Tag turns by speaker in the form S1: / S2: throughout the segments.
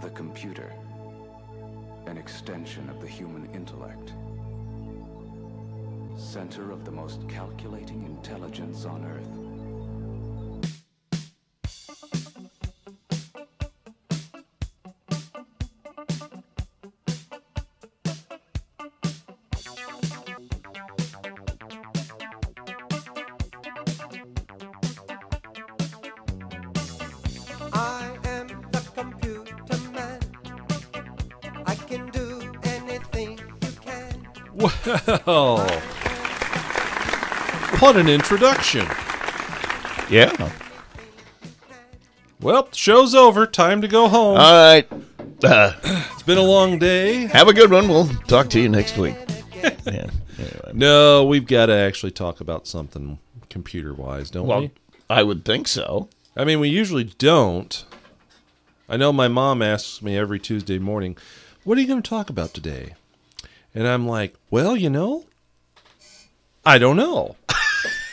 S1: The computer, an extension of the human intellect. Center of the most calculating intelligence on Earth.
S2: I am the computer man. I can do anything you can.
S3: Well, what an introduction.
S4: Yeah.
S3: Well, show's over. Time to go home.
S4: All right. Uh,
S3: it's been a long day.
S4: have a good one. We'll talk to you next week. Yeah. Anyway.
S3: No, we've got to actually talk about something computer wise, don't
S4: Well,
S3: we?
S4: I would think so.
S3: I mean, we usually don't. I know my mom asks me every Tuesday morning, What are you going to talk about today? And I'm like, Well, you know, I don't know.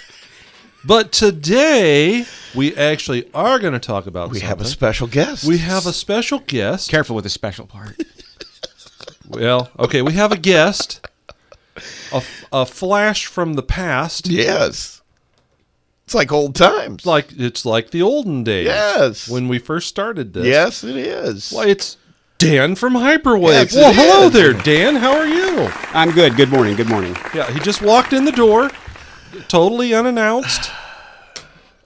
S3: but today, we actually are going to talk about
S4: We
S3: something.
S4: have a special guest.
S3: we have a special guest.
S5: Careful with the special part.
S3: Well, okay, we have a guest. A, f- a flash from the past.
S4: yes. It's like old times.
S3: Like it's like the olden days.
S4: Yes.
S3: When we first started this.
S4: yes, it is.
S3: Why it's Dan from Hyperwave.
S4: Yes, it
S3: well, hello
S4: is.
S3: there, Dan. How are you?
S5: I'm good. Good morning. Good morning.
S3: Yeah, he just walked in the door, totally unannounced.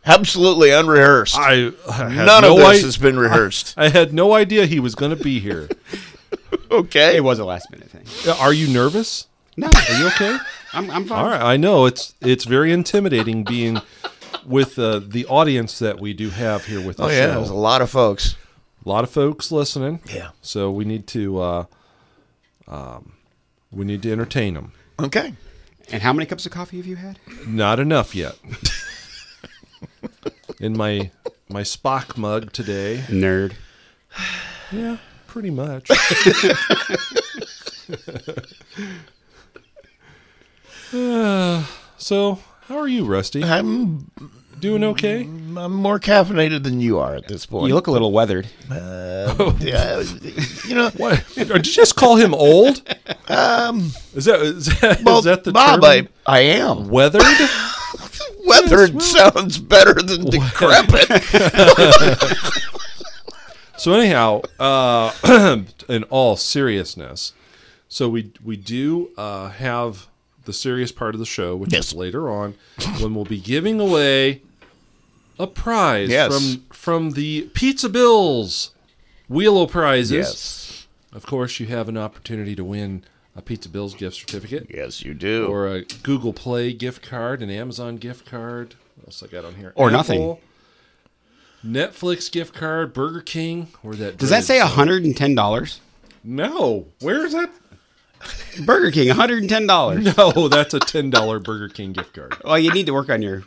S4: Absolutely unrehearsed.
S3: I, I had
S4: None
S3: no
S4: of this
S3: i-
S4: has been rehearsed.
S3: I had no idea he was going to be here.
S4: okay.
S5: It was a last minute thing.
S3: Uh, are you nervous?
S5: No,
S3: Are you okay?
S5: I'm, I'm fine.
S3: All right, I know it's it's very intimidating being with uh, the audience that we do have here with the
S4: oh, yeah.
S3: show.
S4: There's a lot of folks.
S3: a lot of folks listening.
S4: Yeah.
S3: So we need to uh, um, we need to entertain them.
S4: Okay.
S5: And how many cups of coffee have you had?
S3: Not enough yet. In my my Spock mug today.
S5: Nerd.
S3: Yeah, pretty much. Uh, so, how are you, Rusty?
S4: I'm
S3: Doing okay?
S4: I'm more caffeinated than you are at this point.
S5: You look a little weathered.
S4: Yeah, you know,
S3: What? Did you just call him old? Um, is that is that, is
S4: well,
S3: that the
S4: Bob, I,
S3: term?
S4: I am.
S3: Weathered?
S4: Weathered sounds better than decrepit.
S3: So anyhow, uh, in all seriousness, so we we do uh, have the serious part of the show, which
S4: Yes.
S3: is later on, when we'll be giving away a prize
S4: Yes.
S3: from from the Pizza Bills Wheelo prizes. Of course, you have an opportunity to win a Pizza Bills gift certificate
S4: Yes, you do.
S3: or a Google Play gift card, an Amazon gift card. What else I got on here?
S5: Or nothing.
S3: Netflix gift card, Burger King, or that.
S5: Does that
S3: dreaded
S5: say $110?
S3: no. Where is that?
S5: Burger King, $110.
S3: No, that's a ten dollar Burger King gift card.
S5: Well, you need to work on your.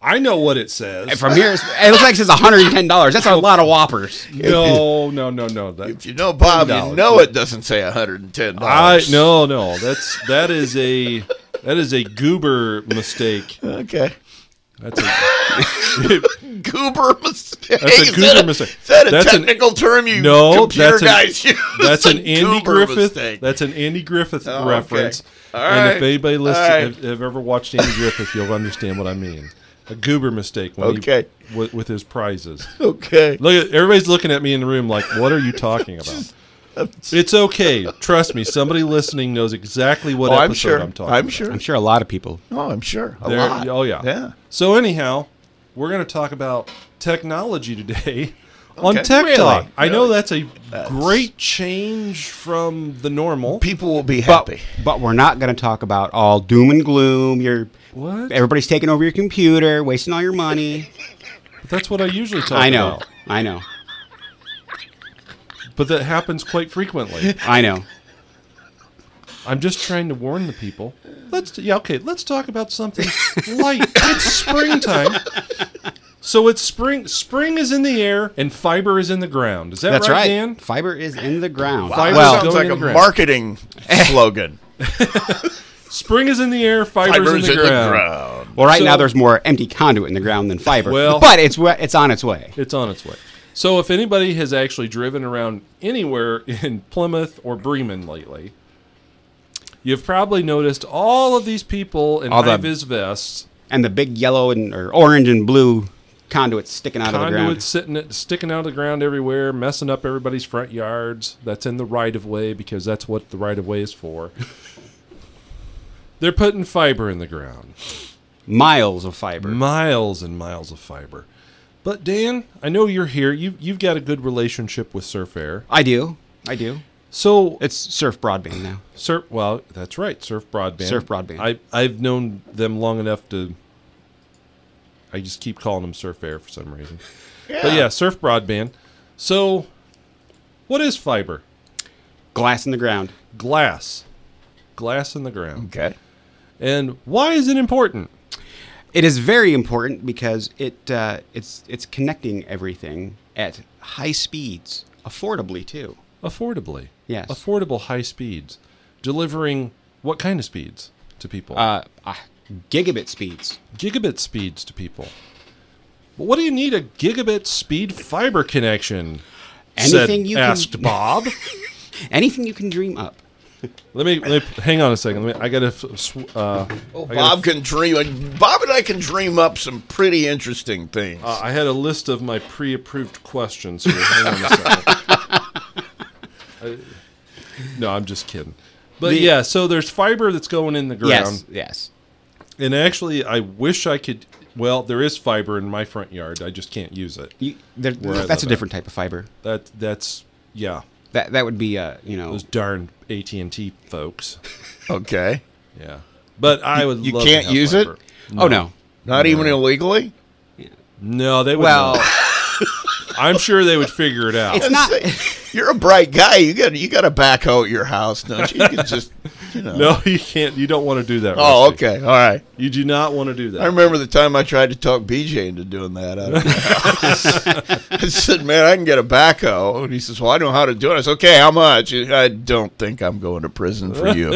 S3: I know what it says.
S5: From here, it's- it looks like it says $110. That's a lot of whoppers.
S3: no, no, no, no.
S4: If
S3: That,
S4: you know Bob, you
S3: $10.
S4: know it doesn't say $110.
S3: I no, no. That's that is a that is a goober mistake.
S4: Okay.
S3: That's a
S4: Goober mistake.
S3: That's a
S4: Is
S3: goober
S4: that
S3: mistake.
S4: Is that a
S3: That's an-
S4: technical term you
S3: no.
S4: computer
S3: That's
S4: guys
S3: an,
S4: use?
S3: that's an
S4: A
S3: Andy
S4: goober
S3: Griffith.
S4: mistake.
S3: That's an Andy Griffith
S4: Oh, okay.
S3: reference.
S4: All
S3: And if
S4: right.
S3: anybody
S4: All
S3: listens,
S4: right.
S3: have, have ever watched Andy Griffith, you'll understand what I mean. A goober mistake. When
S4: Okay.
S3: He, with, with his prizes.
S4: okay.
S3: Look, at, everybody's looking at me in the room like, "What are you talking about?" It's okay. Trust me. Somebody listening knows exactly what
S4: Oh,
S3: episode
S4: I'm sure.
S3: I'm talking.
S4: I'm
S3: about.
S4: sure.
S5: I'm sure a lot of people.
S4: Oh, I'm sure. A
S3: There-
S4: lot.
S3: Oh yeah.
S4: Yeah.
S3: So anyhow, we're going to talk about technology today on
S4: Okay.
S3: Tech
S4: Really?
S3: Talk. I know
S4: Really?
S3: that's a great change from the normal.
S4: People will be happy.
S5: But we're not going to talk about all doom and gloom. You're,
S3: What?
S5: Everybody's taking over your computer, wasting all your money.
S3: That's what I usually talk
S5: I know.
S3: about,
S5: I know.
S3: but that happens quite frequently.
S5: I know.
S3: I'm just trying to warn the people. Let's yeah okay. Let's talk about something light. it's springtime, so it's spring. Spring is in the air and fiber is in the ground. Is that
S5: That's
S3: right,
S5: right.
S3: Dan?
S5: Fiber is in the ground.
S3: Fiber
S5: well,
S3: going
S4: sounds like
S3: in
S4: a
S3: the ground.
S4: marketing slogan.
S3: Spring is in the air. Fiber's,
S4: Fibers
S3: in, the, ground.
S5: well, right
S3: so-
S5: now there's more empty conduit in the ground than fiber.
S3: Well-
S5: but it's wa- it's on its way.
S3: It's on its way. So if anybody has actually driven around anywhere in Plymouth or Bremen lately, you've probably noticed all of these people in
S5: All the-
S3: high vis vests,
S5: And the big yellow and or orange and blue conduits sticking out of the
S3: conduits
S5: ground.
S3: sitting sticking out of the ground everywhere, messing up everybody's front yards. That's in the right of way because that's what the right of way is for. They're putting fiber in the ground.
S5: Miles of fiber.
S3: miles and miles of fiber. But Dan, I know you're here. You you've got a good relationship with Surf Air.
S5: I do. I do.
S3: So
S5: It's surf broadband now.
S3: Surf well, that's right, Surf Broadband.
S5: Surf Broadband.
S3: I I've known them long enough to I just keep calling them Surf Air for some reason. But yeah, Surf Broadband. So what is fiber?
S5: Glass in the ground.
S3: Glass. Glass in the ground.
S4: Okay.
S3: And why is it important?
S5: It is very important because it uh, it's it's connecting everything at high speeds, affordably too.
S3: Affordably.
S5: Yes.
S3: Affordable high speeds. Delivering what kind of speeds to people?
S5: Uh, uh, gigabit speeds.
S3: gigabit speeds to people. But what do you need a gigabit speed fiber connection?
S5: Anything
S3: said-
S5: you can-
S3: asked Bob.
S5: Anything you can dream up.
S3: let, me, let me- hang on a second. Let me. I gotta. f- Sw- uh,
S4: Well,
S3: I gotta
S4: Bob can dream. Bob and I can dream up some pretty interesting things.
S3: Uh, I had a list of my pre-approved questions here. Hang on a second. I- no, I'm just kidding. But
S5: The-
S3: yeah, so there's fiber that's going in the ground.
S5: Yes. Yes.
S3: And actually, I wish I could. Well, there is fiber in my front yard. I just can't use it.
S5: You, there,
S3: Where I
S5: that's a
S3: live
S5: different type of fiber.
S3: That that's yeah.
S5: That that would be uh, you know
S3: Those darn AT and T folks.
S4: okay.
S3: Yeah, but I would.
S4: you
S3: love to
S4: can't
S3: have
S4: use it?
S3: fiber.
S5: oh no
S4: Not even illegally.
S3: No, they would.
S5: well
S3: not. I'm sure they would figure it out.
S5: it's not
S4: You're a bright guy. You got you got a backhoe at your house, don't you? You can just you know.
S3: No, you can't. You don't want to do that.
S4: Oh,
S3: Rusty.
S4: okay. All right.
S3: You do not want to do that.
S4: I remember the time I tried to talk BJ into doing that. out of my house. I said, "Man, I can get a backhoe," and he says, "Well, I know how to do it." I said, "Okay, how much?" I don't think I'm going to prison for you.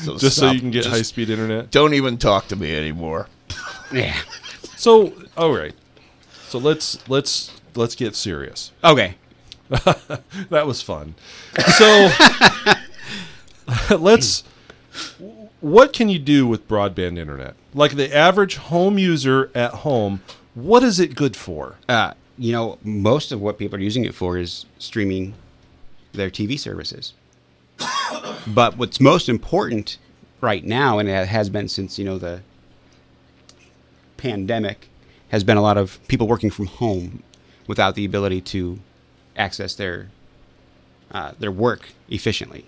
S4: So
S3: just so
S4: stop.
S3: you can get
S4: Just
S3: high speed internet.
S4: Don't even talk to me anymore.
S5: yeah
S3: So, all right. So let's let's let's get serious.
S5: okay
S3: That was fun. So let's. What can you do with broadband internet? Like the average home user at home, what is it good for?
S5: uh, you know most of what people are using it for is streaming their TV services but what's most important right now and it has been since you know the pandemic has been a lot of people working from home without the ability to access their uh, their work efficiently.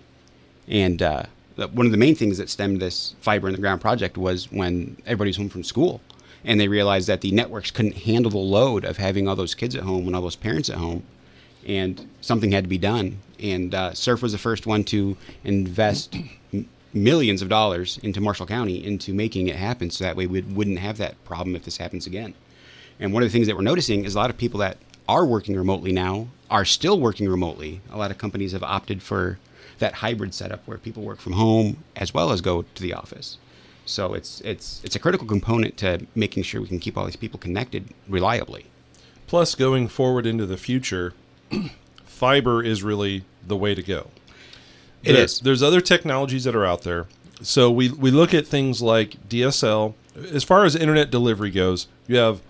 S5: And uh, the- one of the main things that stemmed this fiber in the ground project was when everybody was home from school and they realized that the networks couldn't handle the load of having all those kids at home and all those parents at home. And something had to be done. And uh, Surf was the first one to invest m- millions of dollars into Marshall County into making it happen so that way we wouldn't have that problem if this happens again. And one of the things that we're noticing is a lot of people that are working remotely now are still working remotely. A lot of companies have opted for that hybrid setup where people work from home as well as go to the office. So it's it's it's a critical component to making sure we can keep all these people connected reliably.
S3: Plus, going forward into the future, fiber is really the way to go.
S5: It
S3: There-
S5: is.
S3: There's other technologies that are out there. So we we look at things like DSL. As far as internet delivery goes, you have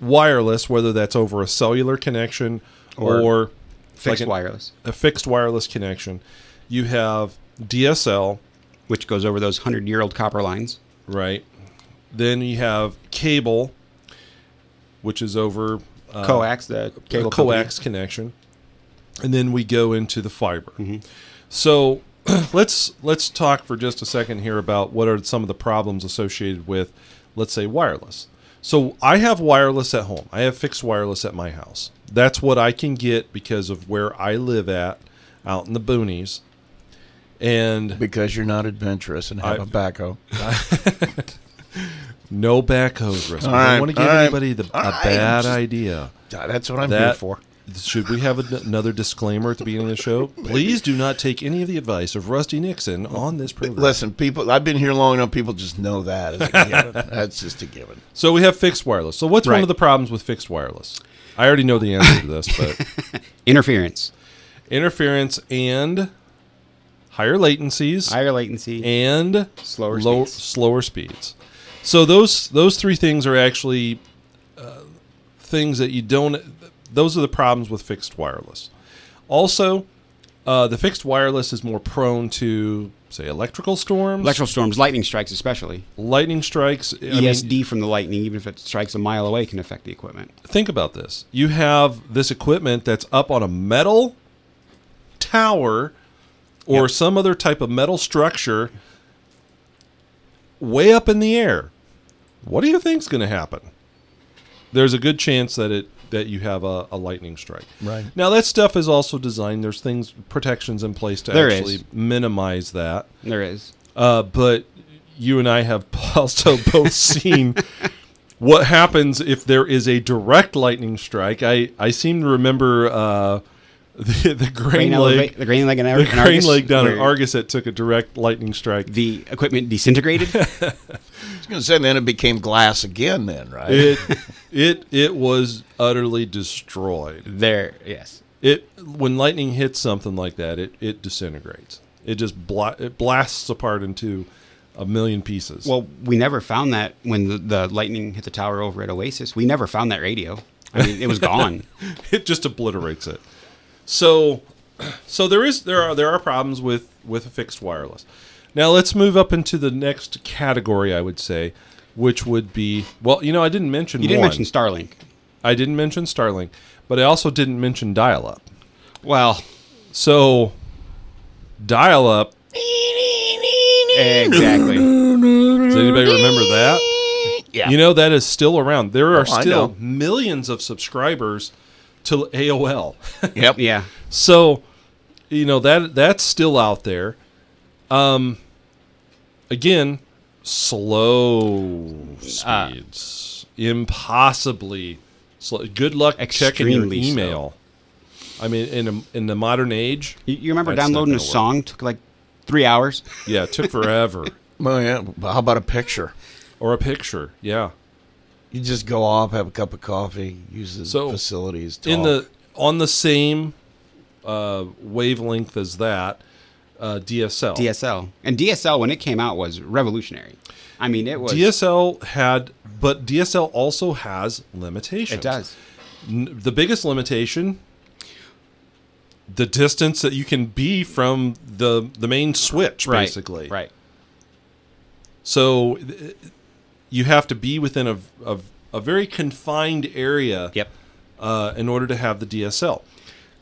S3: wireless, whether that's over a cellular connection or,
S5: Or
S3: like
S5: Fixed
S3: an-
S5: wireless,
S3: a fixed wireless connection. You have DSL,
S5: which goes over those 100-year-old copper lines.
S3: right? Then you have cable, which is over uh,
S5: coax, the cable
S3: a coax connection, and then we go into the fiber.
S4: Mm-hmm.
S3: So let's let's talk for just a second here about what are some of the problems associated with, let's say, wireless. So I have wireless at home. I have fixed wireless at my house. That's what I can get because of where I live at, out in the boonies, and
S4: Because you're not adventurous and have
S3: I-
S4: a backhoe.
S3: no backhoes. Russell.
S4: All
S3: I
S4: right,
S3: don't want to give
S4: all right,
S3: anybody the,
S4: all
S3: a
S4: right,
S3: bad
S4: just-
S3: idea.
S4: Ah, That's what I'm here
S3: that
S4: for.
S3: should we have an- another disclaimer at the beginning of the show? Please do not take any of the advice of Rusty Nixon on this program.
S4: Listen, people. I've been here long enough. People just know that. As a given. That's just a given.
S3: so we have fixed wireless. So what's one
S5: Right.
S3: of the problems with fixed wireless? I already know the answer to this, but
S5: Interference,
S3: interference and higher latencies
S5: higher latency.
S3: and
S5: Slower speeds.
S3: slower speeds. So those those three things are actually uh, things that you don't. Those are the problems with fixed wireless. Also, uh, the fixed wireless is more prone to say electrical storms,
S5: Electrical E storms, lightning strikes especially.
S3: lightning strikes. I mean,
S5: ESD from the lightning, even if it strikes a mile away, can affect the equipment.
S3: think about this. You have this equipment that's up on a metal tower or some other type of metal structure way up in the air. What do you think's going to happen? There's a good chance that it that you have a, a lightning strike.
S4: Right.
S3: Now that stuff is also designed. There's things protections in place to
S5: There is.
S3: actually minimize that.
S5: There is.
S3: Uh, but you and I have also both seen what happens if there is a direct lightning strike. I, I seem to remember uh, the, the Grain
S5: Grain
S3: Lake,
S5: eleva- the grain leg in Ar-
S3: the
S5: in
S3: Grain
S5: Argus,
S3: Lake down in
S5: where
S3: Argus that took a direct lightning strike.
S5: The equipment disintegrated.
S4: I was going to say, then it became glass again, then, right?
S3: It it it was utterly destroyed.
S5: there, yes.
S3: It when lightning hits something like that, it it disintegrates. It just bla- it blasts apart into a million pieces.
S5: Well, we never found that when the, the lightning hit the tower over at Oasis. We never found that radio. I mean, it was gone.
S3: it just obliterates it. So, so there is there are there are problems with with fixed wireless. Now let's move up into the next category. I would say, which would be well, you know, I didn't mention
S5: You didn't
S3: one.
S5: mention Starlink.
S3: I didn't mention Starlink, but I also didn't mention dial up.
S5: Well,
S3: So, dial up.
S5: exactly.
S3: Does anybody remember that?
S4: Yeah.
S3: You know that is still around. There are
S4: Oh, I
S3: still
S4: know.
S3: millions of subscribers to AOL.
S4: Yep.
S5: Yeah.
S3: So, you know that that's still out there. Um, again, slow
S5: Ah.
S3: speeds, impossibly slow. Good luck checking your
S5: Extremely
S3: email. I mean, in a, in the modern age,
S5: You, you remember
S3: That's not
S5: downloading a
S3: gonna work.
S5: song took like three hours.
S3: yeah, it took forever.
S4: Well, yeah. but How about a picture?
S3: or a picture, yeah.
S4: You just go off, have a cup of coffee, use the
S3: So,
S4: facilities. Talk.
S3: in the on the same uh, wavelength as that uh, DSL.
S5: DSL and DSL when it came out was revolutionary. I mean, it was.
S3: DSL had, but DSL also has limitations.
S5: it does.
S3: N- the biggest limitation the distance that you can be from the the main switch
S5: Right,
S3: basically
S5: Right.
S3: so th- you have to be within a, a, a very confined area
S5: Yep.
S3: uh, in order to have the dsl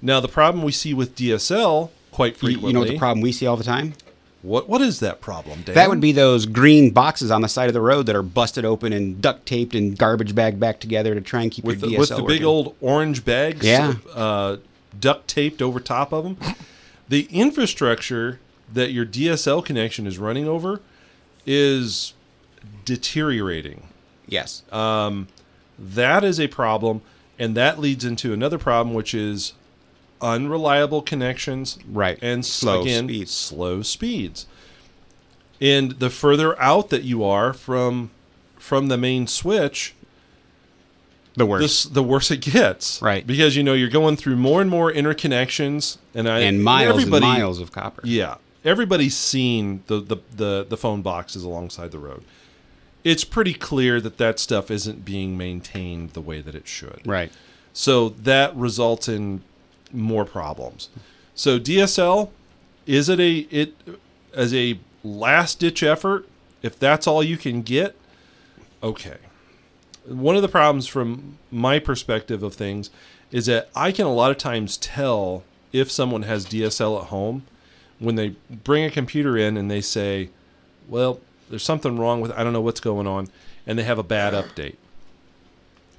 S3: now the problem we see with dsl quite
S5: You,
S3: frequently
S5: you know what the problem we see all the time?
S3: what what is that problem Dan?
S5: That would be those green boxes on the side of the road that are busted open and duct taped and garbage bagged back together to try and keep
S3: with
S5: your
S3: the,
S5: DSL
S3: with the big
S5: working.
S3: old orange bags
S5: Yeah.
S3: uh, duct taped over top of them. the infrastructure that your DSL connection is running over is deteriorating.
S5: Yes.
S3: uh, That is a problem, and that leads into another problem, which is unreliable connections,
S5: Right.
S3: And s-
S5: Slow
S3: again,
S5: speeds.
S3: slow speeds. And the further out that you are from from the main switch,
S5: the worst.
S3: the, s- the worse it gets.
S5: Right.
S3: Because you know you're going through more and more interconnections, and I
S5: and miles and miles of copper.
S3: uh, Yeah, everybody's seen the, the the the phone boxes alongside the road. It's pretty clear that that stuff isn't being maintained the way that it should.
S5: Right.
S3: So that results in more problems. So DSL is it a it as a last ditch effort if that's all you can get? Okay. One of the problems from my perspective of things is that I can a lot of times tell if someone has DSL at home when they bring a computer in and they say, "Well, there's something wrong with I don't know what's going on," and they have a bad update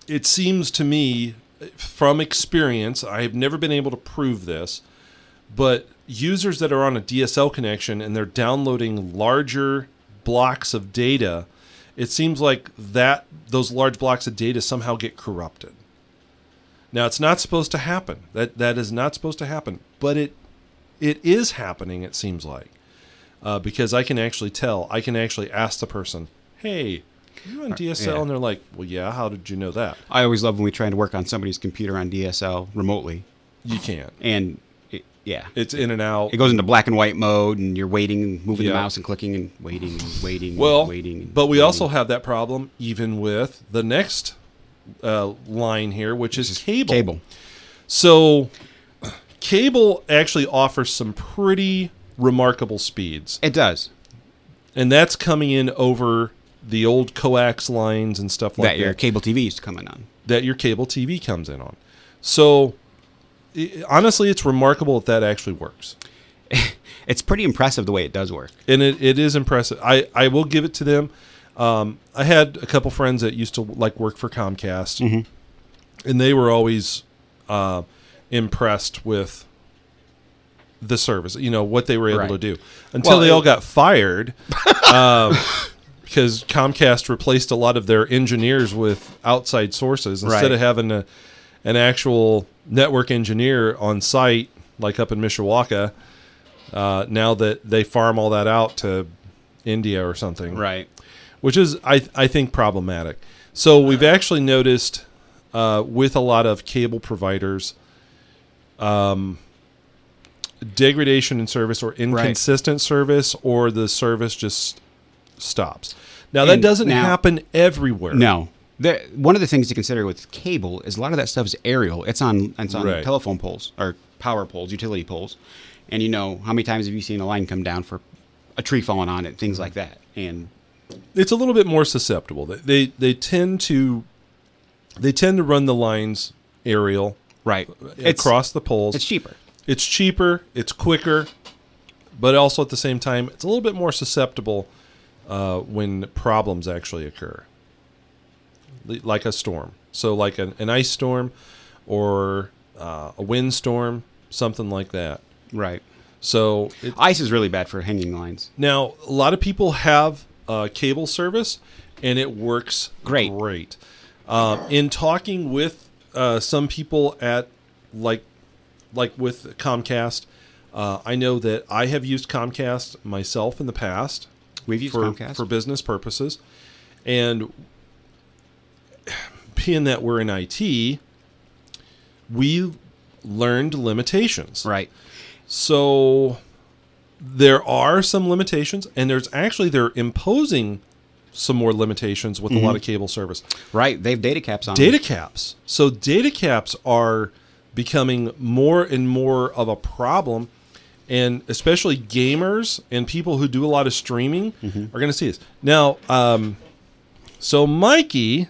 S3: it seems to me from experience i have never been able to prove this but users that are on a dsl connection and they're downloading larger blocks of data it seems like that those large blocks of data somehow get corrupted now it's not supposed to happen that that is not supposed to happen but it it is happening it seems like uh, because i can actually tell i can actually ask the person hey You on DSL,
S5: yeah.
S3: and they're like, "Well, yeah. How did you know that?
S5: I always love when we try to work on somebody's computer on DSL remotely,
S3: You can't.
S5: and it, yeah,
S3: It's in and out.
S5: it goes into black and white mode, and you're waiting, and moving
S3: Yeah.
S5: the mouse, and clicking, and waiting, and waiting, and
S3: well,
S5: waiting. and
S3: but we
S5: waiting.
S3: also have that problem even with the next uh, line here, which is cable.
S5: cable.
S3: So, cable actually offers some pretty remarkable speeds,
S5: It does
S3: and that's coming in over the old coax lines and stuff like
S5: that your cable TV used to come in on.
S3: that your cable TV comes in on. So, i honestly, it's remarkable that that actually works.
S5: It's pretty impressive the way it does work.
S3: and it, it is impressive. I, I will give it to them. Um, I had a couple friends that used to like work for Comcast, and they were always uh, impressed with the service. You know what they were able
S5: Right.
S3: to do until
S5: Well,
S3: they
S5: it-
S3: all got fired um, because Comcast replaced a lot of their engineers with outside sources instead
S5: Right.
S3: of having a, an actual network engineer on site like up in Mishawaka uh, now that they farm all that out to India or something,
S5: Right.
S3: Which is, I, I think, problematic. So we've actually noticed uh, with a lot of cable providers, um, degradation in service or inconsistent service, or the service just stops. Now that
S5: And
S3: doesn't
S5: now-
S3: happen everywhere.
S5: No. The, one of the things to consider with cable is a lot of that stuff is aerial. It's on it's on
S3: Right.
S5: telephone poles or power poles, utility poles, and you know how many times have you seen a line come down for a tree falling on it, things like that. And
S3: it's a little bit more susceptible. They, they they tend to they tend to run the lines aerial
S5: right,
S3: across the poles.
S5: It's cheaper.
S3: It's cheaper, it's quicker, but also at the same time, it's a little bit more susceptible uh, when problems actually occur, Li- like a storm. So, like an, an ice storm or uh, a windstorm, something like that.
S5: Right.
S3: So, it,
S5: Ice is really bad for hanging lines.
S3: now a lot of people have uh, cable service, and it works
S5: Great.
S3: Great. Um, in talking with uh, some people at like like with Comcast, uh, I know that I have used Comcast myself in the past
S5: We've used
S3: for
S5: Comcast.
S3: for business purposes, and being that we're in IT, we learned limitations.
S5: right.
S3: So there are some limitations, and there's actually they're imposing some more limitations with a lot of cable service.
S5: Right. They have data caps on.
S3: Data
S5: Them.
S3: caps. So data caps are becoming more and more of a problem, and especially gamers and people who do a lot of streaming are going to see this. Now, um, so Mikey,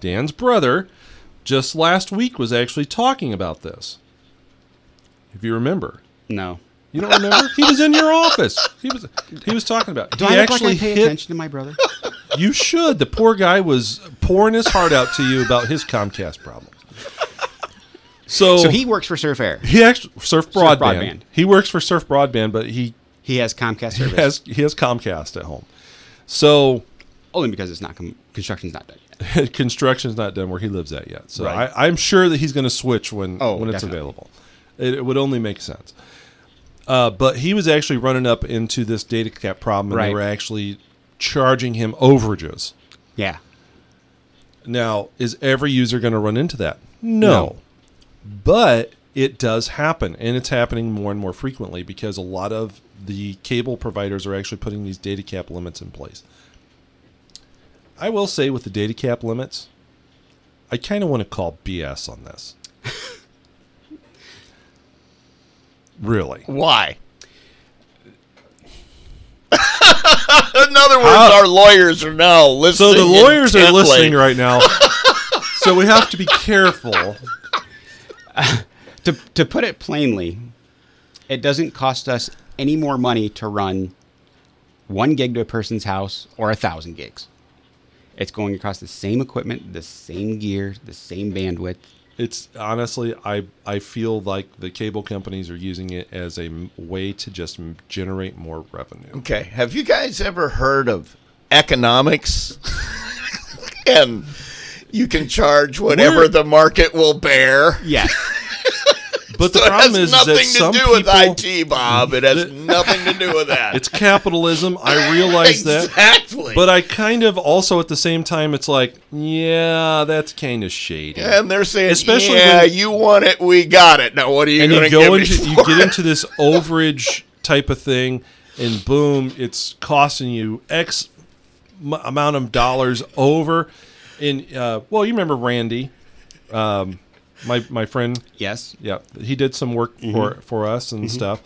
S3: Dan's brother, just last week was actually talking about this. If you remember,
S5: No.
S3: you don't remember? he was in your office. He was he was talking about.
S5: Do
S3: he
S5: I look like I pay
S3: hit-
S5: attention to my brother?
S3: You should. The poor guy was pouring his heart out to you about his Comcast problem. So,
S5: so he works for Surf Air.
S3: he actually surf broadband.
S5: Broadband.
S3: He works for Surf Broadband, but he
S5: He has Comcast service.
S3: has he has Comcast at home. So
S5: Only because it's not com- construction's not done yet.
S3: construction's not done where he lives at yet. So
S5: Right.
S3: I, I'm sure that he's going to switch when
S5: Oh,
S3: when it's
S5: definitely.
S3: available. It, it would only make sense. Uh, but he was actually running up into this data cap problem, and they
S5: Right.
S3: were actually charging him overages.
S5: Yeah.
S3: Now, is every user going to run into that? No. But it does happen, and it's happening more and more frequently because a lot of the cable providers are actually putting these data cap limits in place. I will say, with the data cap limits, I kind of want to call BS on this. really?
S4: Why? In other words,
S3: How-
S4: our lawyers are now
S3: So
S4: listening.
S3: the lawyers are
S4: intently.
S3: listening right now. so we have to be careful.
S5: to, to put it plainly, it doesn't cost us any more money to run one gig to a person's house or a thousand gigs. It's going across the same equipment, the same gear, the same bandwidth.
S3: It's honestly, I I feel like the cable companies are using it as a m- way to just m- generate more revenue.
S4: Okay. Have you guys ever heard of economics? and you can charge whatever
S3: We're-
S4: the market will bear.
S5: Yes.
S3: But the
S4: So it
S3: problem
S4: has
S3: is
S4: nothing
S3: that some
S4: to do
S3: people,
S4: with IT, Bob. It has nothing to do with that.
S3: it's capitalism. I realize that.
S4: exactly.
S3: But I kind of also at the same time, it's like, yeah, that's kind of shady.
S4: and they're saying,
S3: Especially
S4: "Yeah,
S3: when-
S4: you want it, we got it." Now, what are you
S3: and
S4: going to
S3: you go
S4: give
S3: into
S4: me
S3: you
S4: for
S3: get
S4: it?
S3: into this overage type of thing, and boom, it's costing you X m- amount of dollars over. And uh, well, you remember Randy, um, my my friend
S5: Yes.
S3: yeah he did some work
S5: Mm-hmm.
S3: for for us and stuff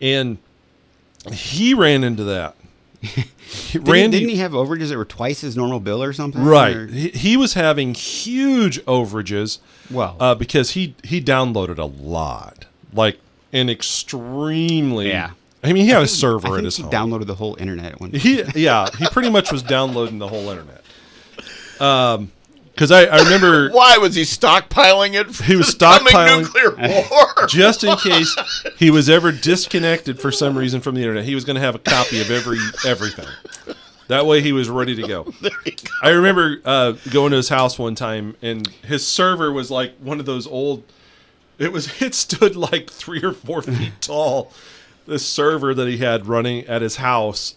S3: and he ran into that
S5: Didn't, didn't he have overages that were twice his normal bill or something? Or-
S3: right he, he was having huge overages
S5: Wow.
S3: uh, because he he downloaded a lot like an extremely
S5: Yeah.
S3: i mean he had a
S5: I
S3: server
S5: think
S3: at his
S5: he
S3: home
S5: downloaded the whole internet at one point.
S3: he yeah he pretty much was downloading the whole internet um because I, I remember
S4: Why was he stockpiling it? For
S3: He was
S4: the coming
S3: stockpiling-
S4: nuclear war.
S3: just in case he was ever disconnected for some reason from the internet, he was going to have a copy of every everything. That way, he was ready to go. I remember uh, going to his house one time, and his server was like one of those old. It was it stood like three or four feet tall. This server that he had running at his house,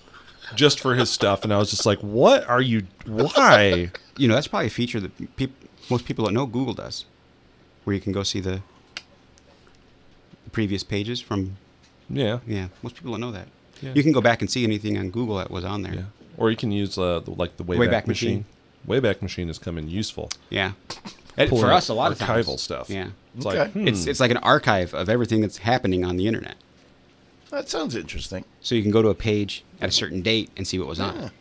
S3: just for his stuff, and I was just like, "What are you? Why?"
S5: You know, that's probably a feature that peop most people don't know Google does, where you can go see the, the previous pages from.
S3: Yeah.
S5: Yeah, most people don't know that.
S3: Yeah.
S5: You can go back and see anything on Google that was on there.
S3: Yeah. Or you can use uh, the, like the Wayback,
S5: Wayback
S3: machine.
S5: Machine.
S3: Wayback Machine has come in useful.
S5: Yeah. And
S3: Pulling
S5: for us, a
S3: up
S5: lot of times.
S3: archival stuff.
S5: Yeah.
S3: It's
S4: Okay.
S3: like hmm,
S5: It's, it's like an archive of everything that's happening on the internet.
S4: That sounds interesting.
S5: So you can go to a page at a certain date and see what was
S3: Ah,
S5: on it.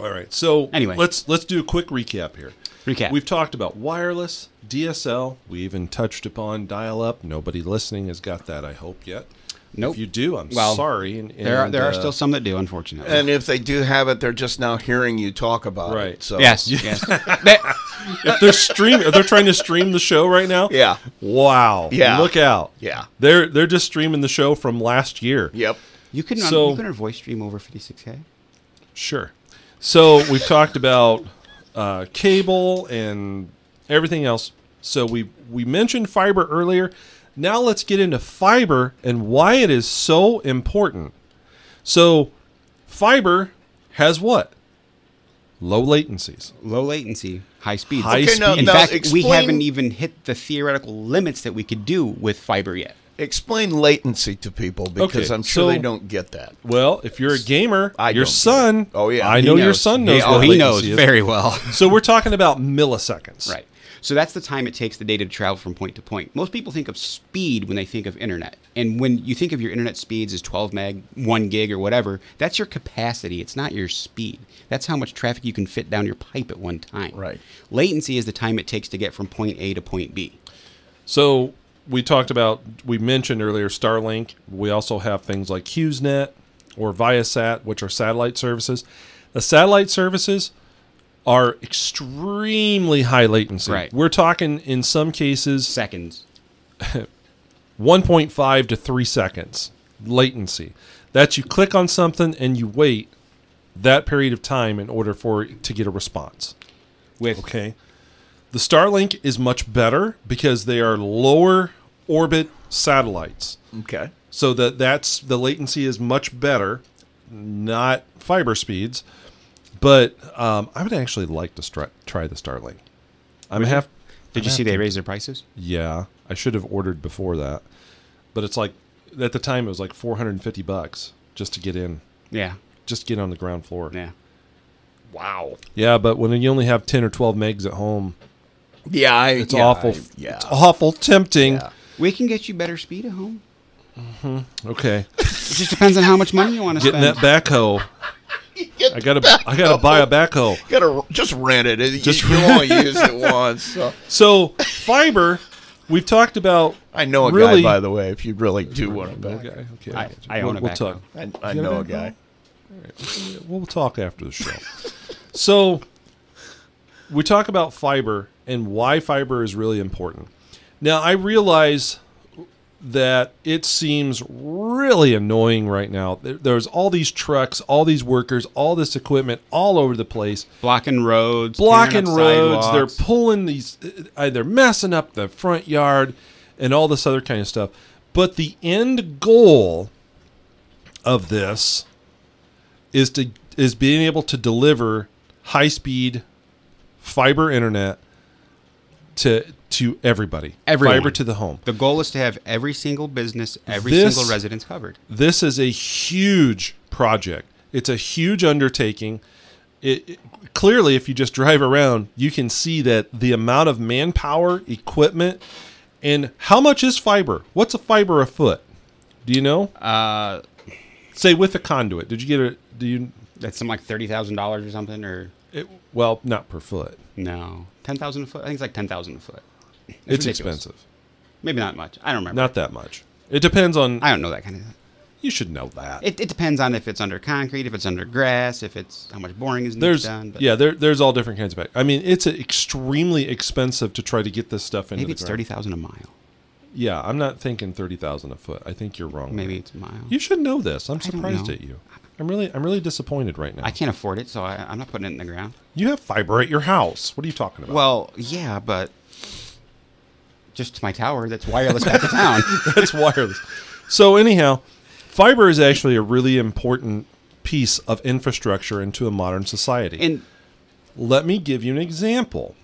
S3: all right. So
S5: Hmm. Anyway.
S3: let's let's do a quick recap here.
S5: Recap.
S3: We've talked about wireless, DSL. We even touched upon dial-up. Nobody listening has got that. I hope yet.
S5: Nope.
S3: If you do, I'm
S5: Well,
S3: sorry. And,
S5: there are
S3: and,
S5: there are
S3: uh,
S5: still some that do, unfortunately.
S4: And if they do have it, they're just now hearing you talk about
S3: Right.
S4: it. So
S5: yes, yes. That-
S3: if they're stream if they're trying to stream the show right now.
S4: Yeah.
S3: Wow.
S4: Yeah.
S3: Look out.
S4: Yeah.
S3: They're they're just streaming the show from last year.
S4: Yep.
S5: you can
S3: So-
S5: you can voice stream over 56k.
S3: Sure. So we've talked about uh, cable and everything else. So we we mentioned fiber earlier. Now let's get into fiber and why it is so important. So fiber has what? Low latencies.
S5: Low latency, high speeds.
S3: High Okay, now-
S5: In
S3: now
S5: fact, we
S4: explain-
S5: haven't e- even hit the theoretical limits that we could do with fiber yet.
S4: Explain latency to people because
S3: Okay,
S4: I'm sure they
S3: so-
S4: don't get that.
S3: Well, if you're a gamer,
S4: I
S3: your
S4: don't get
S3: son.
S4: it. Oh, yeah,
S3: I
S4: he
S3: know your
S4: knows.
S3: son
S4: He-
S3: knows.
S5: oh,
S3: what
S5: he
S3: latency
S5: knows
S3: is.
S5: very well.
S3: So we're talking about milliseconds.
S5: right. So that's the time it takes the data to travel from point to point. Most people think of speed when they think of internet. And when you think of your internet speeds as 12 meg, 1 gig, or whatever, that's your capacity. It's not your speed. That's how much traffic you can fit down your pipe at one time.
S4: Right.
S5: Latency is the time it takes to get from point A to point B.
S3: So we talked about, we mentioned earlier Starlink. We also have things like HughesNet or Viasat, which are satellite services. The satellite services are extremely high latency.
S5: Right.
S3: We're talking in some cases
S5: Seconds.
S3: 1.5 to 3 seconds latency. That's you click on something and you wait that period of time in order for it to get a response.
S5: With
S3: Okay. The Starlink is much better because they are lower orbit satellites.
S4: Okay.
S3: So that that's the latency is much better, not fiber speeds. But um, I would actually like to stri- try the Starlink. I'm half
S5: Did you see they raised their prices?
S3: yeah, I should have ordered before that. But it's like at the time it was like 450 bucks just to get in,
S5: Yeah.
S3: just to get on the ground floor.
S5: Yeah.
S4: Wow.
S3: Yeah, but when you only have 10 or 12 megs at home,
S4: Yeah, I,
S3: it's
S4: yeah,
S3: awful.
S4: I- yeah.
S3: It's awful tempting.
S4: Yeah.
S5: We can get you better speed at home.
S3: Okay.
S5: It just depends on how much money you want to
S3: getting
S5: spend.
S3: that backhoe.
S4: Get
S3: I gotta,
S4: back
S3: I gotta
S4: up.
S3: buy a backhoe.
S4: Gotta just rent it. it
S3: Just
S4: just you, you only use it once. So.
S3: So fiber, we've talked about.
S4: I know a
S3: really,
S4: guy, by the way. If you really do want to back,
S3: Okay, okay.
S5: I- I
S3: we'll,
S5: own a
S3: we'll
S5: backhoe.
S3: talk.
S4: I, I
S3: You
S4: know
S3: got
S4: a
S3: a backhoe?
S4: guy.
S3: We'll talk after the show. so we talk about fiber and why fiber is really important. Now I realize that it seems really annoying right now. There- There's all these trucks, all these workers, all this equipment all over the place.
S5: Blocking roads. tearing
S3: blocking
S5: up
S3: roads. They're
S5: sidewalks.
S3: uh, pulling these. uh, They're messing up the front yard, and all this other kind of stuff. But the end goal of this is to is being able to deliver high speed fiber internet to to everybody.
S5: Everyone.
S3: Fiber to the home.
S5: The goal is to have every single business, every
S3: This-
S5: single residence covered.
S3: this is a huge project. It's a huge undertaking. It, it- clearly, if you just drive around, you can see that the amount of manpower, equipment, and how much is fiber? What's a fiber a foot? Do you know?
S5: Uh,
S3: Say with a conduit. Did you get a? Do you?
S5: that's some like thirty thousand dollars or something, or
S3: It, well, not per foot.
S5: no, ten thousand a foot. I think it's like ten thousand a foot.
S3: It's,
S5: ridiculous.
S3: expensive.
S5: Maybe not much. I don't remember.
S3: Not that much. It depends on.
S5: I don't know that kind of.
S3: you should know that.
S5: It, it depends on if it's under concrete, if it's under grass, if it's how much boring is
S3: there's
S5: done. But
S3: yeah, there, there's all different kinds of. back- I mean, it's extremely expensive to try to get this stuff into
S5: maybe
S3: the
S5: it's
S3: ground.
S5: thirty thousand a mile.
S3: Yeah, I'm not thinking thirty thousand a foot. I think you're wrong.
S5: Maybe it's a mile.
S3: you should know this. I'm
S5: don't
S3: surprised
S5: know.
S3: at you. I'm really, I'm really disappointed right now.
S5: I can't afford it, so I, I'm not putting it in the ground.
S3: you have fiber at your house. What are you talking about?
S5: Well, yeah, but just to my tower that's wireless back to town.
S3: that's wireless. So anyhow, fiber is actually a really important piece of infrastructure into a modern society.
S5: And
S3: Let me give you an example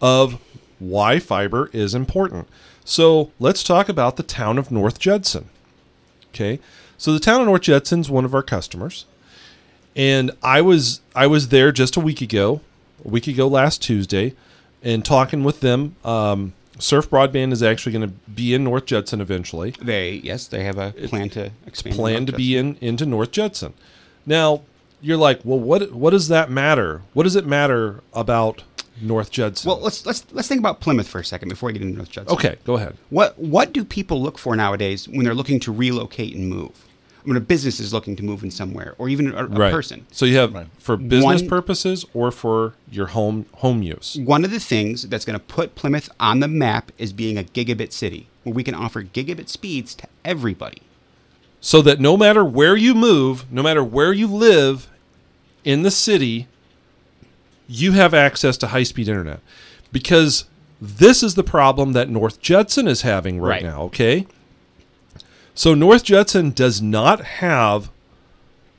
S3: of why fiber is important. So let's talk about the town of North Judson. Okay. So the town of North Judson is one of our customers. And I was I was there just a week ago, a week ago last Tuesday, and talking with them. Um, Surf Broadband is actually going to be in North Judson eventually
S5: they yes, they have a plan to expand. the
S3: plan to
S5: market.
S3: be in into North Judson. Now you're like, well, what what does that matter? What does it matter about North Judson?
S5: Well, let's let's let's think about Plymouth for a second before we get into North Judson.
S3: okay, go ahead.
S5: What what do people look for nowadays when they're looking to relocate and move? When a business is looking to move in somewhere, or even a, a person.
S3: So you have for business
S5: One-
S3: purposes or for your home home use.
S5: One of the things that's going to put Plymouth on the map is being a gigabit city, where we can offer gigabit speeds to everybody.
S3: So that no matter where you move, no matter where you live in the city, you have access to high speed internet. Because this is the problem that North Judson is having right,
S5: Right.
S3: now, okay? So North Judson does not have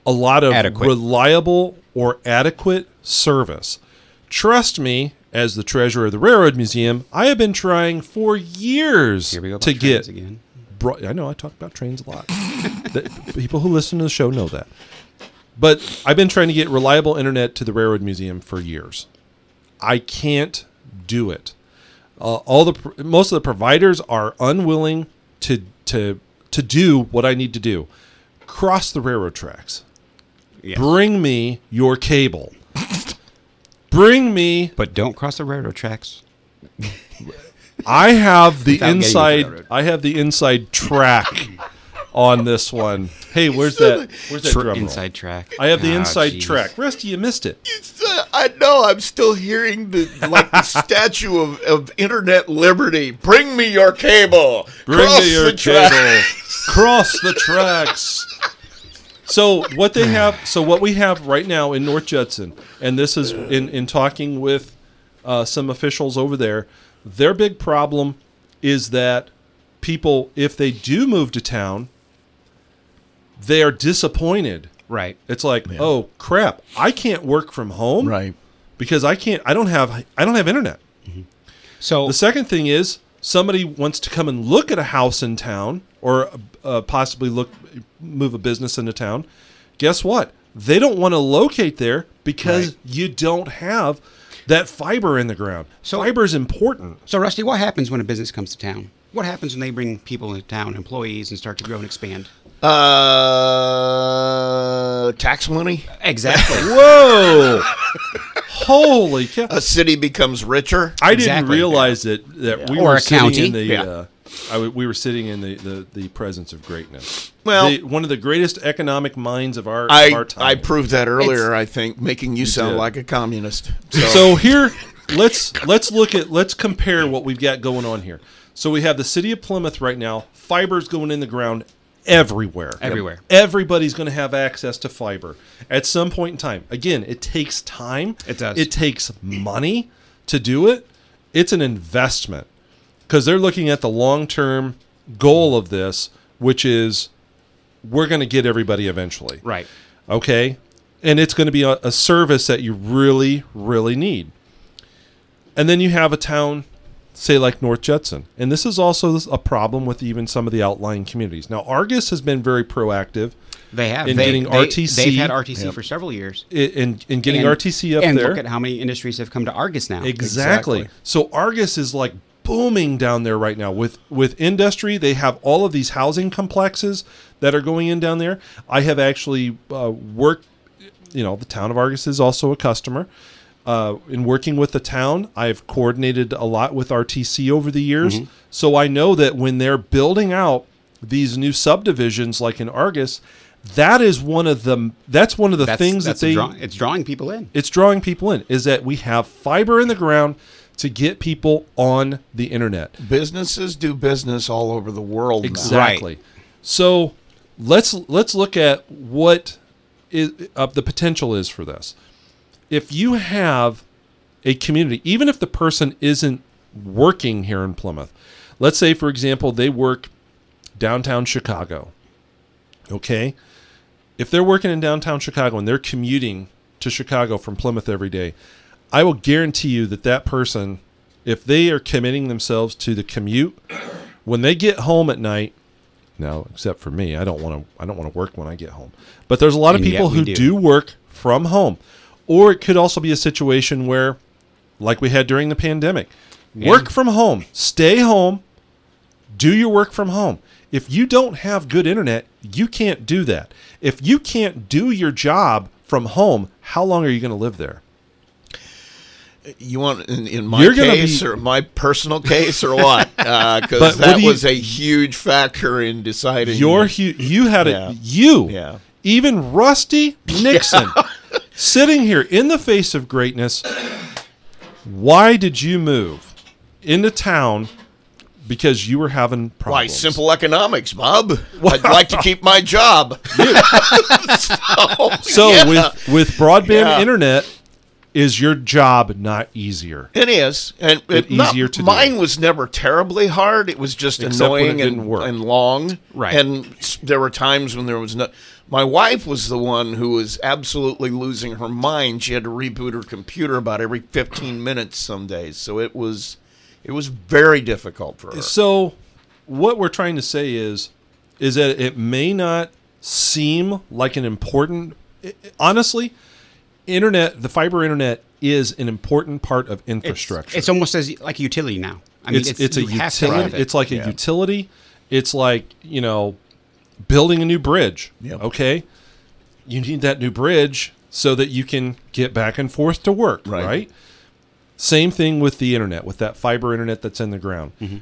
S3: a lot of
S5: Adequate.
S3: reliable or adequate service. Trust me, as the treasurer of the Railroad Museum, I have been trying for years
S5: Here we go about
S3: to get
S5: trains again.
S3: bro- I know I talk about trains a lot. The- people who listen to the show know that. But I've been trying to get reliable internet to the Railroad Museum for years. I can't do it. Uh, all the pr- most of the providers are unwilling to to to do what I need to do. Cross the railroad tracks.
S5: Yes.
S3: Bring me your cable. Bring me
S5: But don't cross the railroad tracks.
S3: I have the
S5: Without getting into that
S3: inside.
S5: road.
S3: I have the inside track on this one. Hey, where's that? Where's that
S5: Tr-
S3: drum roll?
S5: inside track.
S3: I have the
S5: Ah,
S3: inside
S5: jeez.
S3: track. Rusty, you missed it.
S4: uh, I know. I'm still hearing the like the statue of, of internet liberty. Bring me your cable.
S3: Bring
S4: Cross
S3: me your
S4: the track.
S3: cable. Cross the tracks. So what they have, so what we have right now in North Judson, and this is in in talking with uh, some officials over there, their big problem is that people, if they do move to town, they are disappointed.
S5: Right.
S3: It's like, oh crap, I can't work from home,
S4: Right.
S3: Because I can't, I don't have, I don't have internet.
S5: So
S3: The second thing is somebody wants to come and look at a house in town or uh, possibly look move a business into town. Guess what? They don't want to locate there because you don't have that fiber in the ground.
S5: So-
S3: fiber is important.
S5: So, Rusty, what happens when a business comes to town? What happens when they bring people into town, employees, and start to grow and expand?
S4: Uh, tax money.
S5: Exactly.
S3: Whoa! Holy cow!
S4: A city becomes richer.
S3: I didn't
S5: Exactly.
S3: realize that that we
S5: Or
S3: were
S5: a
S3: sitting
S5: county.
S3: in the
S4: Yeah.
S3: uh, I w- we were sitting in the, the, the presence of greatness.
S4: Well-
S3: The- one of the greatest economic minds of our of
S4: I
S3: our time.
S4: I proved that earlier. I think making you, sound
S3: did.
S4: like a communist.
S3: so here let's let's look at let's compare what we've got going on here so we have the city of plymouth right now fibers going in the ground everywhere
S5: Everywhere.
S3: everybody's going to have access to fiber at some point in time again it takes time
S5: It does.
S3: it takes money to do it it's an investment because they're looking at the long term goal of this, which is we're going to get everybody eventually.
S5: Right.
S3: Okay. And it's going to be a, a service that you really, really need. And then you have a town, say, like North Judson. And this is also a problem with even some of the outlying communities. Now, Argus has been very proactive
S5: They have.
S3: In
S5: they,
S3: getting
S5: they,
S3: RTC.
S5: They've had RTC for several years.
S3: i- in, in getting
S5: And-
S3: RTC up
S5: and
S3: there.
S5: look at how many industries have come to Argus now.
S3: Exactly.
S4: Exactly.
S3: So Argus is like booming down there right now with with industry. They have all of these housing complexes that are going in down there. I have actually uh, worked. You know, the town of Argus is also a customer. Uh, in working with the town, I've coordinated a lot with RTC over the years, so I know that when they're building out these new subdivisions, like in Argus, that is one of the that's one of the
S5: That's,
S3: things
S5: that's
S3: that
S5: a
S3: they
S5: draw, it's drawing people in.
S3: it's drawing people in is that we have fiber in the ground to get people on the internet
S4: Businesses do business all over the world. now.
S3: exactly so let's let's look at what is uh, the potential is for this if you have a community even if the person isn't working here in plymouth let's say for example they work downtown chicago okay if they're working in downtown Chicago and they're commuting to Chicago from Plymouth every day, I will guarantee you that that person, if they are committing themselves to the commute, when they get home at night, now except for me, I don't want to. I don't want to work when I get home. But there's a lot of
S5: And yet
S3: people
S5: we
S3: who
S5: do.
S3: do work from home, or it could also be a situation where, like we had during the pandemic, work from home, stay home, do your work from home. If you don't have good internet, you can't do that. If you can't do your job from home, how long are you going to live there?
S4: You want in, in my
S3: You're gonna
S4: case
S3: be-
S4: or my personal case or what? Because
S3: But what
S4: that
S3: do you-
S4: was a huge factor in deciding.
S3: Your hu- you had it.
S4: Yeah.
S3: You
S4: Yeah.
S3: even Rusty Nixon sitting here in the face of greatness. Why did you move into town? Because you were having
S4: why
S3: problems.
S4: simple economics, Bob? I'd like to keep my job. so,
S3: So
S4: yeah,
S3: with with broadband
S4: Yeah.
S3: internet, is your job not easier?
S4: it is, and it,
S3: It
S4: not-
S3: easier to do.
S4: Mine was never terribly hard. It was just
S3: Except when it
S4: annoying
S3: didn't
S4: and,
S3: work.
S4: and long.
S5: Right.
S4: And s- there were times when there was no. My wife was the one who was absolutely losing her mind. She had to reboot her computer about every 15 minutes some days. So it was, it was very difficult for her.
S3: So, what we're trying to say is, is that it may not seem like an important. i- Honestly, internet, the fiber internet is an important part of infrastructure.
S5: It's almost as like a utility now. I mean,
S3: it's, it's a
S5: you have to have
S3: utility.
S5: it.
S3: It's like a utility. It's like you know, building a new bridge.
S4: Yep.
S3: Okay, you need that new bridge so that you can get back and forth to work. Right.
S4: Right.
S3: Same thing with the internet, with that fiber internet that's in the ground.
S5: Mm-hmm.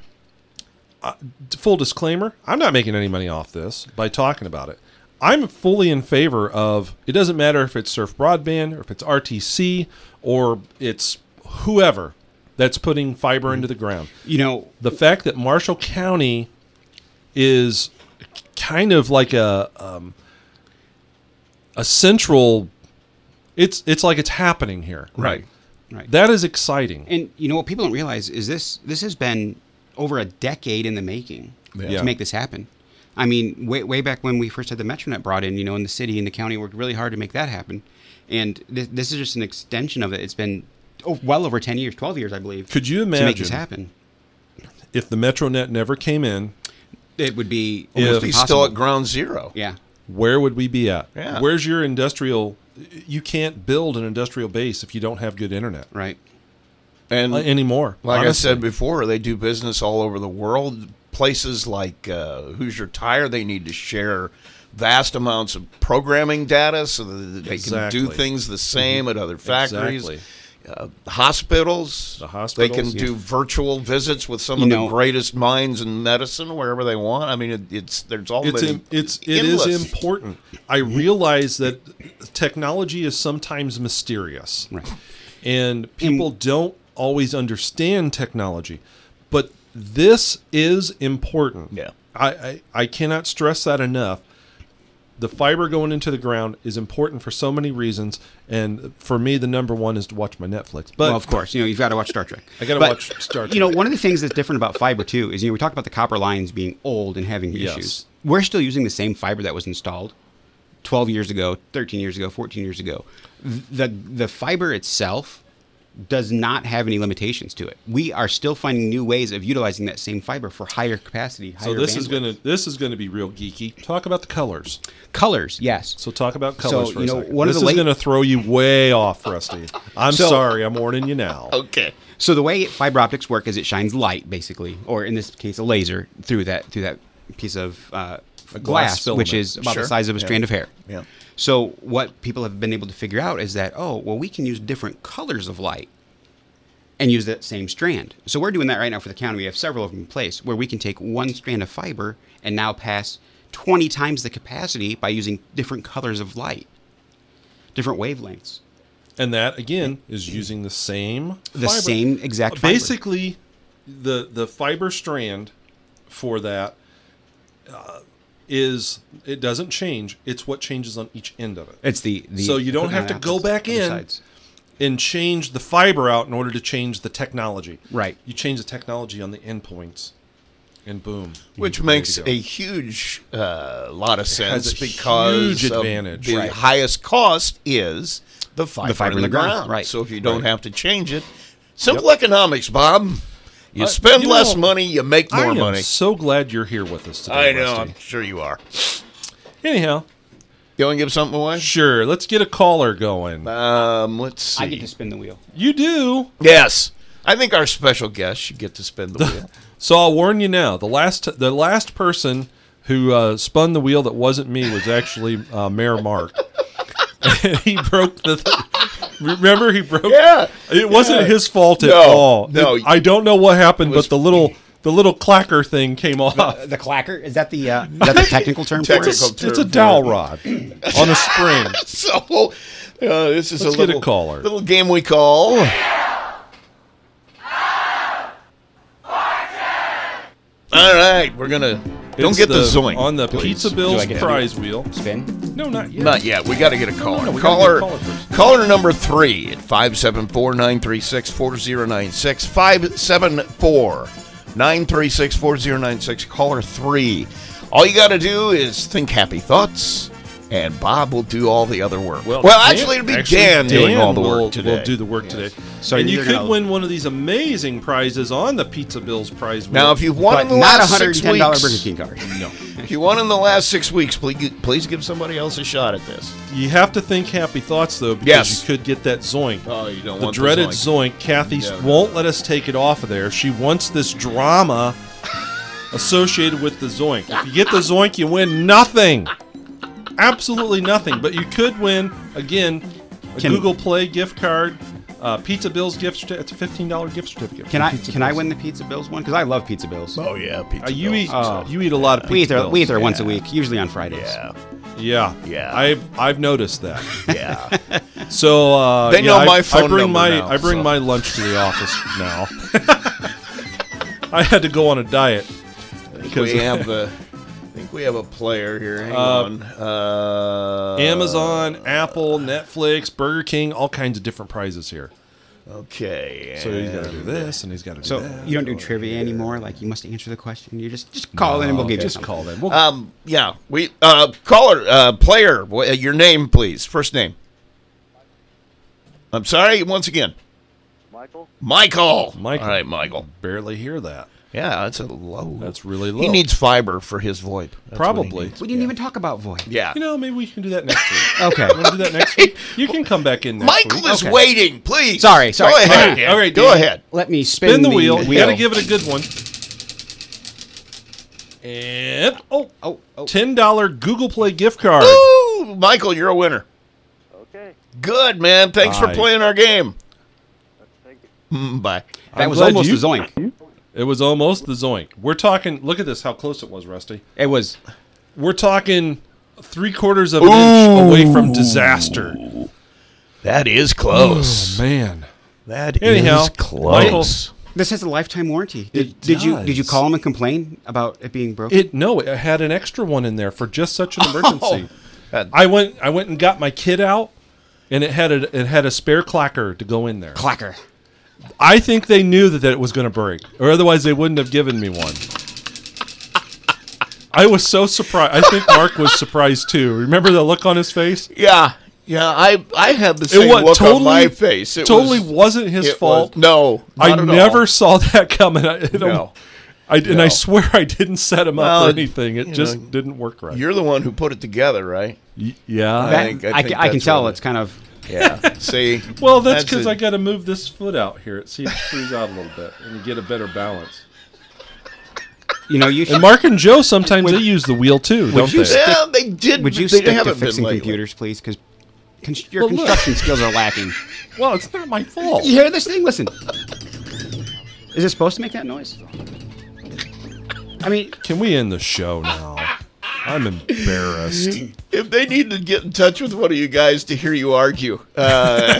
S3: Uh, d- full disclaimer: I'm not making any money off this by talking about it. I'm fully in favor of. It doesn't matter if it's Surf Broadband or if it's RTC or it's whoever that's putting fiber
S5: Mm-hmm.
S3: into the ground
S5: you know,
S3: the fact that Marshall County is kind of like a um, a central it's it's like it's happening here.
S4: Right.
S5: right.
S3: That is exciting.
S5: and you know what people don't realize is this this has been over a decade in the making
S3: Yeah.
S5: to make this happen. I mean, way, way back when we first had the MetroNet brought in, you know, in the city and the county worked really hard to make that happen. And this, this is just an extension of it. It's been oh, well over 10 years, 12 years, I believe.
S3: Could you
S5: To make this
S3: imagine?
S5: happen.
S3: If the MetroNet never came in,
S5: It would be
S3: If-
S5: almost
S4: He's
S5: impossible.
S4: still at ground zero.
S5: yeah.
S3: where would we be at?
S4: Yeah.
S3: Where's your industrial you can't build an industrial base if you don't have good internet
S5: Right.
S4: And
S3: uh, anymore.
S4: Like
S3: honestly.
S4: I said before, they do business all over the world. Places like uh, Hoosier Tire, they need to share vast amounts of programming data so that they can do
S3: Exactly. Mm-hmm.
S4: things the same at other factories.
S3: Exactly.
S4: Uh, hospitals,
S3: The
S4: they can
S3: hospitals,
S4: do virtual visits with some
S5: You
S4: of
S5: know-
S4: the greatest minds in medicine wherever they want. I mean, it, it's there's all
S3: it's
S4: been
S3: im- it's it is
S4: endless.
S3: important. I
S5: Mm.
S3: realize that technology is sometimes mysterious,
S5: Right.
S3: and people don't always understand technology. But this is important.
S4: Yeah.
S3: I I, I cannot stress that enough. the fiber going into the ground is important for so many reasons, and for me, the number one is to watch my Netflix. But
S5: well, of course, you know you've got to watch Star Trek.
S3: I gotta
S5: But,
S3: watch Star
S5: You know,
S3: Trek.
S5: one of the things that's different about fiber too is you know we talked about the copper lines being old and having
S3: Yes.
S5: issues. We're still using the same fiber that was installed 12 years ago, 13 years ago, 14 years ago. The the fiber itself does not have any limitations to it. We are still finding new ways of utilizing that same fiber for higher capacity, higher
S3: so this is
S5: bandwidth.
S3: gonna this is gonna be real geeky. Talk about the colors.
S5: colors, yes.
S3: So talk about colors
S5: So,
S3: for
S5: you
S3: a
S5: know,
S3: second.
S5: one of
S3: this is
S5: the late-
S3: going to throw you way off, Rusty. I'm
S5: So-
S3: sorry. I'm warning you now.
S4: Okay.
S5: So the way fiber optics work is it shines light, basically, or in this case, a laser through that through that piece of uh,
S3: glass
S5: glass, which
S3: filament.
S5: is about
S4: Sure.
S5: the size of a
S4: Yeah.
S5: strand of hair.
S4: Yeah.
S5: So what people have been able to figure out is that oh well we can use different colors of light and use that same strand. So we're doing that right now for the county. We have several of them in place where we can take one strand of fiber and now pass 20 times the capacity by using different colors of light, different wavelengths.
S3: And that again is using the same
S5: The same exact fiber.
S3: basically the the fiber strand for that uh, is it doesn't change. It's what changes on each end of it.
S5: It's the, the
S3: So you don't have to go back
S5: Other
S3: in. and change the fiber out in order to change the technology.
S5: Right.
S3: You change the technology on the endpoints, and boom.
S4: Which
S3: you're ready
S4: makes
S3: to go.
S4: a huge uh, lot of sense
S3: a
S4: because
S3: huge
S4: of
S3: advantage.
S4: the
S3: Right.
S4: highest cost is the fiber,
S5: fiber
S4: in the ground.
S5: right.
S4: So if you don't
S3: Right.
S4: have to change it, simple economics, Bob. You
S3: Uh,
S4: spend
S3: you
S4: less
S3: know,
S4: money, you make
S3: I
S4: more
S3: am
S4: money.
S3: so glad you're here with us today.
S4: I know.
S3: Rusty.
S4: I'm sure you are.
S3: Anyhow,
S4: You want to give something away?
S3: sure. Let's get a caller going.
S4: Um, let's see.
S5: I get to spin the wheel.
S3: You do.
S4: yes, I think our special guest should get to spin the wheel.
S3: So I'll warn you now. The last the last person who uh, spun the wheel that wasn't me was actually uh, Mayor Mark. And he broke the. remember, he broke.
S4: Yeah,
S3: It wasn't
S4: yeah.
S3: his fault at
S4: No,
S3: all.
S4: no.
S3: It- I don't know what happened,
S4: was-
S3: but the little the little clacker thing came off.
S5: The clacker is that the uh, is that the technical term for
S4: Technical.
S5: it?
S3: it's,
S4: Difficult
S3: a, it's a
S4: to
S3: dowel rod on a spring.
S4: So uh, this is
S3: Let's
S4: a
S3: get a
S4: little
S3: caller.
S4: little game we call. All right, we're gonna don't
S3: It's
S4: get the,
S3: the
S4: zoink
S3: on the
S4: please.
S3: Pizza Bills
S5: Do I get-
S3: prize wheel.
S5: Spin.
S3: No, not yet.
S4: Not yet. We got to get a caller.
S3: no, we gotta
S4: caller,
S3: get a caller first.
S4: caller number three at 574 936 4096. 574 936 4096. Caller three. All you got to do is think happy thoughts, and Bob will do all the other work. Well,
S3: Dan-
S4: actually, it'll be
S3: actually,
S4: Dan, doing
S3: Dan
S4: all the
S3: will,
S4: work today.
S3: will do the work today.
S5: So
S3: and you
S5: you're
S3: could
S5: gonna-
S3: win one of these amazing prizes on the Pizza Bills prize.
S4: now,
S3: wheel.
S4: if you've won
S5: But
S4: in the
S5: not a
S4: last
S5: hundred and
S4: six
S5: ten dollar
S4: weeks,
S5: Burger King card. No.
S4: if you won in the last six weeks, please, please give somebody else a shot at this.
S3: you have to think happy thoughts though, because
S4: Yes.
S3: you could get that zoink.
S4: Oh, you don't
S3: the
S4: want the
S3: dreaded
S4: zoink.
S3: Uh, zoink. Kathy
S4: No, no.
S3: won't let us take it off of there. She wants this drama associated with the zoink. If you get the zoink, you win nothing. Absolutely nothing. But you could win again a
S5: Can-
S3: Google Play gift card, uh, Pizza Bills gift certificate. It's a fifteen dollar gift certificate.
S5: Can
S3: from
S5: I
S3: Pizza
S5: can I
S3: Bills.
S5: win the pizza bills one? Because I love pizza bills.
S4: Oh, yeah. Pizza
S3: Uh, you
S4: Bills.
S3: eat
S5: Oh.
S3: you eat a lot of pizza.
S5: we eat there
S3: Bills.
S5: we eat there once a week, usually on Fridays.
S4: Yeah.
S3: Yeah,
S4: Yeah.
S3: I've I've noticed that.
S4: Yeah.
S3: So uh,
S4: They
S3: yeah,
S4: know
S3: I,
S4: my phone
S3: I bring
S4: number
S3: my
S4: now,
S3: I bring
S4: so.
S3: my lunch to the office now. I had to go on a diet.
S4: we
S3: Because
S4: have a, I think we have a player here. Hang on. Uh,
S3: Amazon, Apple, Netflix, Burger King, all kinds of different prizes here.
S4: Okay.
S3: So he's got to do this, and he's got to do
S5: So
S3: that.
S5: you don't do trivia anymore. Like you must answer the question. You just just call in and we'll give you
S3: just
S5: something.
S3: call them. We'll,
S4: um, yeah. We uh, caller uh, player. wh- uh, Your name, please. First name. I'm sorry. Once again,
S6: Michael?
S4: Michael.
S3: Michael.
S4: All right, Michael.
S3: barely hear that.
S4: Yeah, that's a low.
S3: That's really low.
S4: He needs fiber for his VoIP. That's what he
S3: probably.
S4: needs.
S5: We didn't even talk about void.
S4: Yeah.
S3: You know, maybe we can do that next week.
S5: Okay.
S3: Want to do that next week? You can come back in next
S4: Michael
S3: week.
S4: is
S5: Okay.
S4: waiting. Please.
S5: Sorry, sorry.
S4: Go ahead.
S3: All right,
S4: Go
S3: Dan.
S4: ahead.
S5: Let me spin,
S3: Spin the wheel. You got to give it a good one. And oh,
S5: Oh, oh.
S3: ten dollar Google Play gift card.
S4: Ooh, Michael, you're a winner.
S6: Okay.
S4: Good man. Thanks for
S3: Bye.
S4: playing our game.
S6: Thank you.
S4: Mm, Bye.
S5: That
S3: I'm
S5: was
S3: glad
S5: almost
S3: you-
S5: a zoink.
S3: It was almost the zoink. We're talking. Look at this. How close it was, Rusty.
S5: It was
S3: We're talking three quarters of an inch away from disaster.
S4: That is close.
S3: Oh, man.
S4: That is
S3: Anyhow,
S4: close.
S5: this has a lifetime warranty. Did,
S3: It
S5: did you did you
S3: does.
S5: call him and complain about it being broken?
S3: Oh. It no. It had an extra one in there for just such an emergency.
S4: God.
S3: I went I went and got my kid out, and it had a it had a spare clacker to go in there.
S5: Clacker.
S3: I think they knew that, that it was going to break, or otherwise they wouldn't have given me one. I was so surprised. I think Mark was surprised too. Remember the look on his face?
S4: Yeah, yeah. I I had the same
S3: wa-
S4: look on my face. It
S3: totally
S4: was,
S3: was, not his
S4: it was-
S3: fault.
S4: no,
S3: I
S4: not at all.
S3: never saw that coming. I, it,
S4: No.
S3: I, and
S4: No.
S3: I swear I didn't set him up
S4: Well,
S3: or anything. It
S4: you
S3: just
S4: know,
S3: didn't work right.
S4: You're the one who put it together, right?
S3: Y- yeah.
S5: That- I,
S4: think- I
S5: I,
S4: think
S5: ca- I can
S4: that's
S5: tell
S4: what-
S5: it's kind of
S4: Yeah. See.
S3: well, that's because
S4: it.
S3: I got to move this foot out here. It see it screws out a little bit and you get a better balance.
S5: you know you
S3: And
S5: should,
S3: Mark and Joe sometimes they use the wheel too, don't
S5: you
S3: they?
S5: say-
S4: Yeah, they did.
S5: would you
S4: they
S5: stick to
S4: haven't been
S5: fixing
S4: lately.
S5: computers, please? Because your
S3: Well, look.
S5: construction skills are lacking.
S3: well, it's not my fault.
S5: You hear this thing? Listen. Is it supposed to make that noise? I mean,
S3: Can we end the show now? I'm embarrassed.
S4: If they need to get in touch with one of you guys to hear you argue, uh,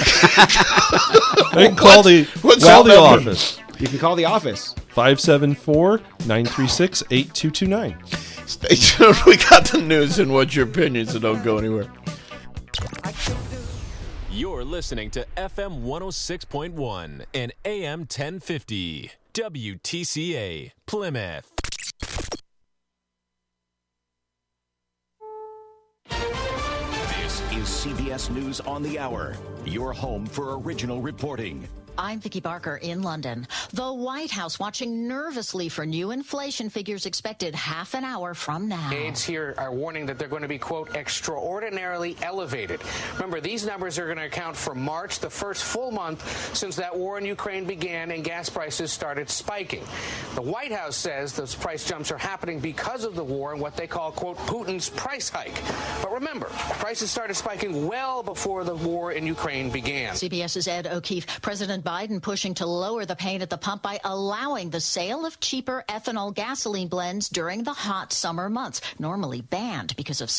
S3: They can call the
S4: What's
S3: call
S4: that
S3: the
S4: number?
S3: office
S5: you can call the office.
S3: 574-936-8229.
S4: stay tuned. We got the news and what's your opinion, so don't go anywhere.
S2: I can do.
S7: You're listening to FM 106.1 and AM 1050. WTCA, Plymouth.
S8: This is CBS News on the Hour, your home for original reporting.
S9: I'm Vicki Barker in London. The White House watching nervously for new inflation figures expected half an hour from now.
S10: Aides here are warning that they're going to be, quote, extraordinarily elevated. Remember, these numbers are going to account for March, the first full month since that war in Ukraine began and gas prices started spiking. The White House says those price jumps are happening because of the war and what they call, quote, Putin's price hike. But remember, prices started spiking well before the war in Ukraine began.
S9: CBS's Ed O'Keefe, President Biden pushing to lower the pain at the pump by allowing the sale of cheaper ethanol gasoline blends during the hot summer months, normally banned because of